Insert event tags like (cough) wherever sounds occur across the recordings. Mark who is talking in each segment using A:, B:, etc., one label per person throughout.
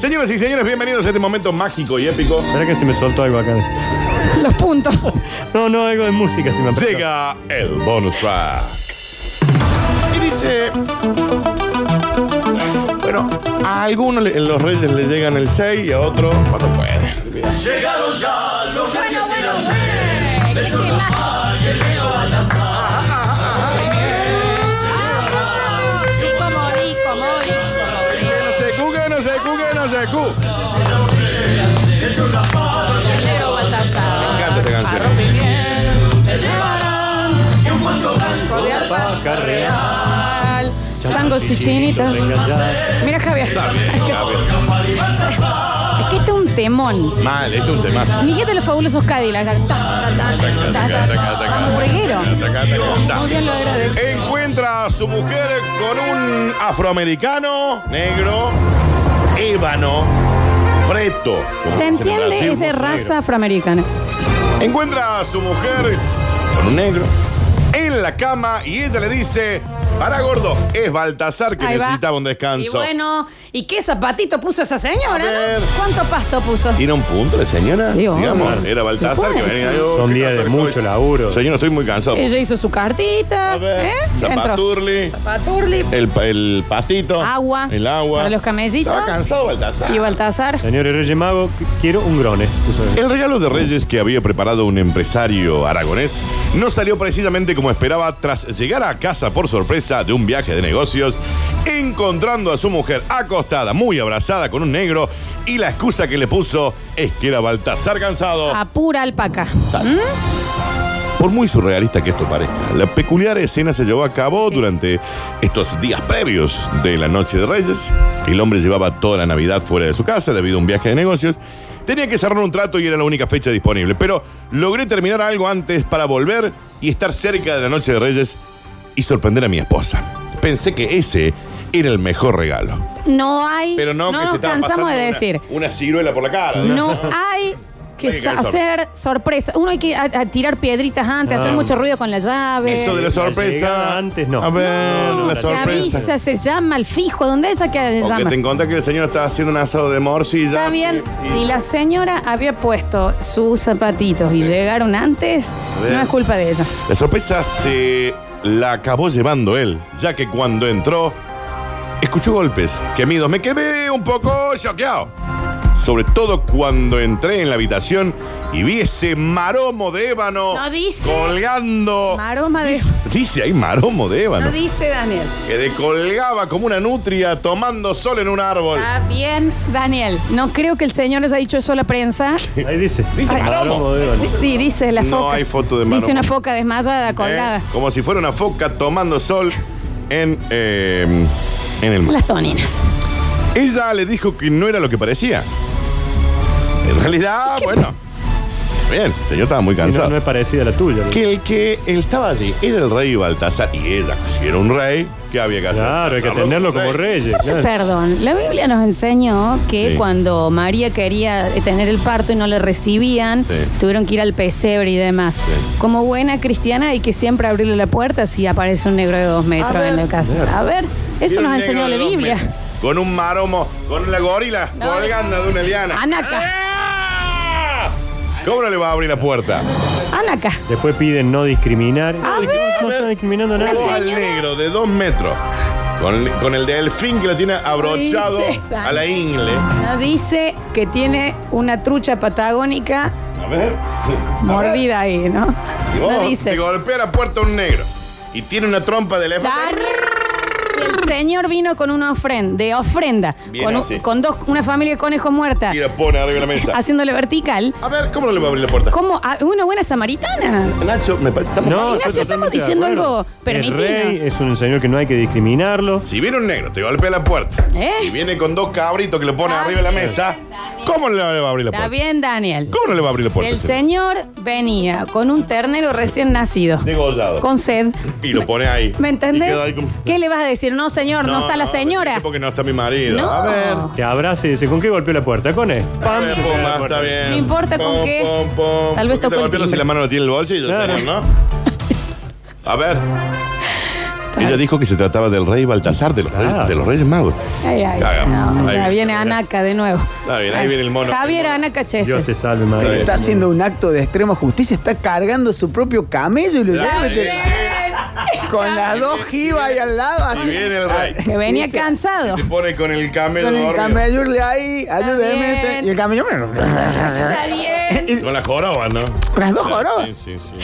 A: Señoras y señores, bienvenidos a este momento mágico y épico.
B: Espera que se me soltó algo acá.
C: (laughs) Los puntos.
B: No, no, algo de música se me apretó.
A: Llega el bonus track. Y dice. Bueno, a algunos le- los reyes le llegan el 6 y a otros cuando pueden.
D: Llegaron ya los reyes y las reyes.
C: ¿Qué
D: De hecho,
C: tema?
D: y el Leo Baltasar.
C: Rico, morico, morico.
A: Que no se cu, que no se cu, que no se cu.
C: Leo Baltasar.
A: Me encanta esta canción.
C: Arroz bien.
D: Te llevarán y un poncho blanco.
C: De alpaca real. Tango su chinita.
B: Venga ya.
C: Mira, Javier.
A: Está bien, está bien.
C: Es que este es un temón.
A: Mal, este es un tema.
C: Miguel de los fabulosos Cadillacs. Ta, ta, ta, ta, ta, ta, ta. Vamos, reguero. Muy bien lo agradezco.
A: Encuentra a su mujer con un afroamericano, negro, ébano, preto. como
C: Se
A: dicen en Brasil,
C: entiende, es de
A: negro.
C: raza afroamericana.
A: Encuentra a su mujer con un negro en la cama y ella le dice, para gordo, es Baltasar que
C: Ahí va.
A: necesitaba un descanso.
C: Y bueno, ¿y qué zapatito puso esa
A: A
C: señora?
A: ver.
C: no? ¿Cuánto pasto puso?
A: ¿Tiene un punto la señora?
C: Sí, obvio.
A: Digamos, era Baltasar que
C: Supongo.
A: venía yo.
B: Son
A: qué
B: días de
A: cansado
B: mucho
A: estoy.
B: laburo.
A: Señor, estoy muy cansado.
C: Ella hizo su cartita.
A: A ver,
C: ¿eh? Y entró.
A: Zapaturli.
C: Zapaturli.
A: El, pa- el pastito.
C: Agua.
A: El agua.
C: Para los camellitos.
A: Estaba cansado Baltasar.
C: Y Baltasar.
B: Señor Reyes Mago, qu- quiero un grone.
A: El regalo de Reyes que había preparado un empresario aragonés no salió precisamente como esperaba tras llegar a casa por sorpresa de un viaje de negocios, encontrando a su mujer acostada, muy abrazada con un negro, y la excusa que le puso es que era Baltasar cansado.
C: A pura alpaca.
A: Por muy surrealista que esto parezca, la peculiar escena se llevó a cabo durante estos días previos de la Noche de Reyes. El hombre llevaba toda la Navidad fuera de su casa debido a un viaje de negocios. Tenía que cerrar un trato y era la única fecha disponible, pero logré terminar algo antes para volver y estar cerca de la Noche de Reyes y sorprender a mi esposa. Pensé que ese era el mejor regalo.
C: No hay.
A: Pero no, que
C: nos
A: se estaba
C: cansamos
A: pasando
C: de
A: una-
C: decir.
A: Una, ciruela por la cara.
C: No hay que
A: Hay que caer
C: hacer sorpresa. Uno hay que a- a tirar piedritas antes,
B: No.
C: hacer mucho ruido con la llave.
A: Eso de la
B: La
A: sorpresa.
B: llegada antes, no.
A: A ver,
C: No,
A: la
C: se
A: sorpresa.
C: avisa, se llama al fijo. ¿Dónde ella que se
A: O que
C: llama?
A: te encontrás que el señor está haciendo un asado de morcilla.
C: Está bien, si la señora había puesto sus zapatitos y llegaron antes,
A: ver.
C: no es culpa de ella.
A: La sorpresa se la acabó llevando él, ya que cuando entró, escuchó golpes, gemidos. Me quedé un poco choqueado. Sobre todo cuando entré en la habitación y vi ese maromo de ébano
C: No dice.
A: colgando.
C: Maroma de.
A: Dice, dice ahí maromo de ébano.
C: No dice Daniel.
A: que le colgaba como una nutria tomando sol en un árbol.
C: Está bien, Daniel. No creo que el señor haya dicho eso a la prensa.
B: Ahí dice.
A: Dice maromo.
B: Maromo de Ébano.
C: Sí, dice la
A: No
C: foca.
A: hay foto de
C: Dice
A: maromo.
C: una foca desmayada, colgada.
A: ¿Eh? Como si fuera una foca tomando sol en, eh, en el mar.
C: Las toninas.
A: Ella le dijo que no era lo que parecía. En realidad, bueno. Bien, el señor estaba muy
B: Y No,
A: cansado.
B: no es parecida a la tuya.
A: Que el que él estaba allí era el rey Baltasar y ella, si era un rey, ¿qué había que hacer?
B: Claro, hay que tenerlo como reyes. claro.
C: Perdón, la Biblia nos enseñó que
A: Eh. Sí.
C: cuando María quería tener el parto y no le recibían,
A: Sí.
C: tuvieron que ir al pesebre y demás. Como buena cristiana hay que siempre abrirle la puerta si aparece un negro de dos metros
A: ver.
C: en la casa. A ver, eso nos enseñó la Biblia.
A: Con un maromo, con la gorila
C: No.
A: colgando de una liana.
C: Anaca,
A: ¡Ah! ¿Cómo no le va a abrir la puerta?
C: Anaca.
B: Después piden no discriminar. No,
C: ver.
B: no están discriminando a
A: O
B: nadie.
A: al negro de dos metros, con, con el delfín que lo tiene abrochado
C: Dice,
A: a la ingle.
C: No dice que tiene una trucha patagónica
A: A ver.
C: (laughs) mordida ahí, ¿no?
A: Y vos
C: No
A: te
C: dice.
A: golpea la puerta un negro y tiene una trompa de elefante.
C: Dar- Si el Señor vino con una ofrenda, de ofrenda,
A: Bien
C: con, un-
A: así.
C: con dos, una familia de conejos muerta,
A: Y la pone arriba de la mesa.
C: haciéndole vertical,
A: A ver, ¿cómo no le va a abrir la puerta?
C: como a- una buena samaritana.
A: Nacho, me parece. estamos-
B: No, estoy
C: Ignacio, estamos
B: totalmente de
C: diciendo
B: acuerdo.
C: algo permitido.
B: El rey es un señor que no hay que discriminarlo.
A: Si viene un negro, te golpea la puerta
C: ¿Eh?
A: y viene con dos cabritos que le pone
C: Está
A: arriba de la
C: bien,
A: mesa,
C: Daniel.
A: ¿cómo no le va a abrir la
C: Está
A: puerta?
C: bien, Daniel.
A: ¿Cómo no le va a abrir la
C: Si
A: puerta?
C: el
A: señor?
C: Señor venía con un ternero recién nacido,
A: Degollado.
C: con sed,
A: Y lo pone ahí.
C: ¿me
A: Y
C: entendés?
A: queda ahí como-
C: ¿Qué le vas a decir? No, señor, no, está la señora.
A: dice Porque no está mi marido.
C: No.
A: A ver.
B: Te abraza y dice, ¿con qué golpeó la puerta? Con él.
A: A
B: Pam,
A: ver,
B: y golpea la
A: pum,
B: puerta.
A: está bien.
C: No importa con
A: Pum,
C: qué.
A: pum, pum.
C: Tal vez
A: ¿Por qué te
C: tocó el
A: golpeas
C: timbre.
A: si la mano no tiene el bolsillo,
B: Claro.
A: señor, ¿no? A ver. Ella dijo que se trataba del rey Baltasar, de los,
B: Claro.
A: reyes, de los reyes magos.
C: Ay, ay,
A: Cagamos.
C: no,
A: Ahí viene,
C: ya viene
A: Javier.
C: Anaca de nuevo.
A: Está bien, ahí viene el mono.
C: Javier
A: El mono.
C: Anaca Chese.
B: Dios te salve, María.
A: bien.
E: Está haciendo un acto de extrema justicia, está cargando su propio camello y lo
A: Ya,
E: lleva
A: bien.
E: con las dos jibas ahí al lado.
A: Y
E: Así.
A: viene el rey.
C: Que venía
E: Dice,
C: cansado.
A: Te pone con el camello
E: Con el
A: dormido.
E: camello ahí, ayúdeme.
C: Está bien.
E: ese. Y el camello.
C: Está bien.
E: (laughs) Y-
A: Con la joroba, ¿no?
E: Con las dos jorobas.
A: Sí, sí, sí.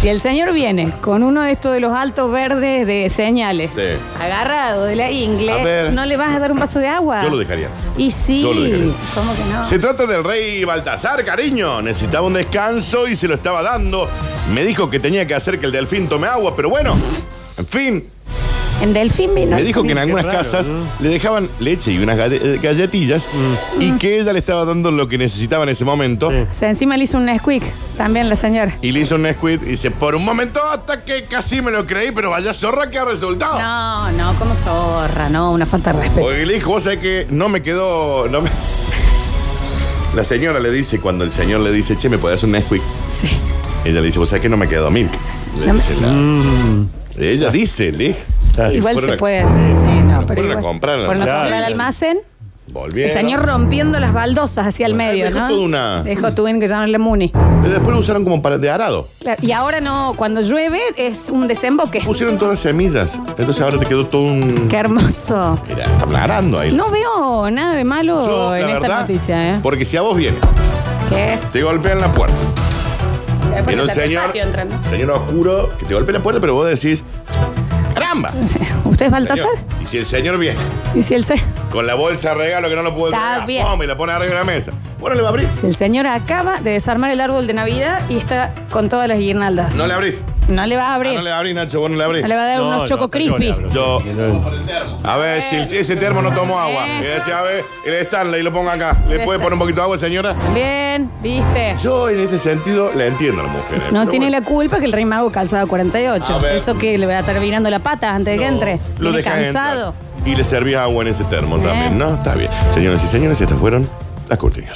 C: Si el señor viene con uno de estos de los altos verdes de señales,
A: Sí.
C: agarrado de la
A: A ver.
C: ingle, ¿no le vas a dar un vaso de agua?
A: Yo lo dejaría.
C: Y sí,
A: Yo lo dejaría.
C: ¿cómo que no?
A: Se trata del rey Baltasar, cariño. Necesitaba un descanso y se lo estaba dando. Me dijo que tenía que hacer que el delfín tome agua, pero bueno, en fin.
C: En Delfín vino.
A: me dijo que en
B: qué
A: algunas
B: raro,
A: casas
B: ¿no? Mm.
A: le dejaban leche y unas galle- eh, galletillas y que ella le estaba dando lo que necesitaba en ese momento.
B: Sí.
C: Se encima le hizo un Nesquik, también la señora.
A: Y le hizo un squid y dice, por un momento hasta que casi me lo creí, pero vaya zorra que ha resultado.
C: No, no, como zorra, no, una falta de respeto.
A: Porque le dijo, vos sabés que no me quedó. no me- (laughs) La señora le dice, cuando el señor le dice, che, ¿me podés hacer un Nesquik?
C: Sí.
A: Ella le dice, vos sabés que no me quedó mil. Le
C: No me-
A: dice la-
B: Mm,
A: Ella dice, le
B: está bien.
C: Igual
A: fueron
C: se
A: a-
C: puede. Sí, no, pero
A: fueron a
C: igual.
A: comprar al
C: Fueron a
B: almacén.
C: comprar al almacén.
A: volvieron.
C: El señor rompiendo las baldosas hacia el
A: Bueno,
C: medio,
A: dejó
C: ¿no?
A: toda una-
C: Dejó tuvieron que llamarle Muni.
A: Pero después lo usaron como para de arado.
C: Claro, Y ahora no, cuando llueve es un desemboque.
A: Pusieron todas las semillas. Entonces ahora te quedó todo un.
C: Qué hermoso.
A: Mira, están arando ahí.
C: No veo nada de malo
A: Yo, la
C: en esta
A: verdad,
C: noticia, ¿eh?
A: Porque si a vos vienes,
C: ¿Qué? (laughs)
A: te golpean la puerta. Viene un
C: Está en el
A: señor,
C: patio entrando.
A: señor oscuro, que te golpea la puerta, pero vos decís, ¡caramba!
C: ¿Usted es
A: Señor.
C: Baltasar?
A: Y si el señor viene
C: ¿Y si el, se-
A: con la bolsa de regalo que no lo puedo
C: Está
A: entregar,
C: bien.
A: toma y la pone arriba de la mesa. Bueno, le va a abrir.
C: si el señor acaba de desarmar el árbol de Navidad y está con todas las guirnaldas? No,
A: No le abrís.
C: le va a
A: Ah,
C: abrir.
A: no le abrís, Nacho, vos no le abrís.
C: No le va a dar
B: No,
C: unos
B: no,
C: choco
B: hasta yo le
C: crispy.
B: abro.
A: Yo, a ver, si el- ese termo no tomó agua.
C: Eh.
A: Y decía, a ver, el Stanley lo ponga acá. ¿Le puede poner un poquito de agua, señora?
C: Bien, viste.
A: Yo, en este sentido, la entiendo a la mujer. eh,
C: No
A: pero
C: tiene
A: bueno.
C: la culpa que el rey mago calzaba
A: A
C: 48.
A: ver.
C: Eso que le va a estar virando la pata antes de que entre.
A: Lo
C: Viene
A: dejás
C: cansado.
A: entrar. Y le servís agua en ese termo
C: Bien.
A: también, ¿no? Está bien. Señoras y señores, estas fueron las cortinas.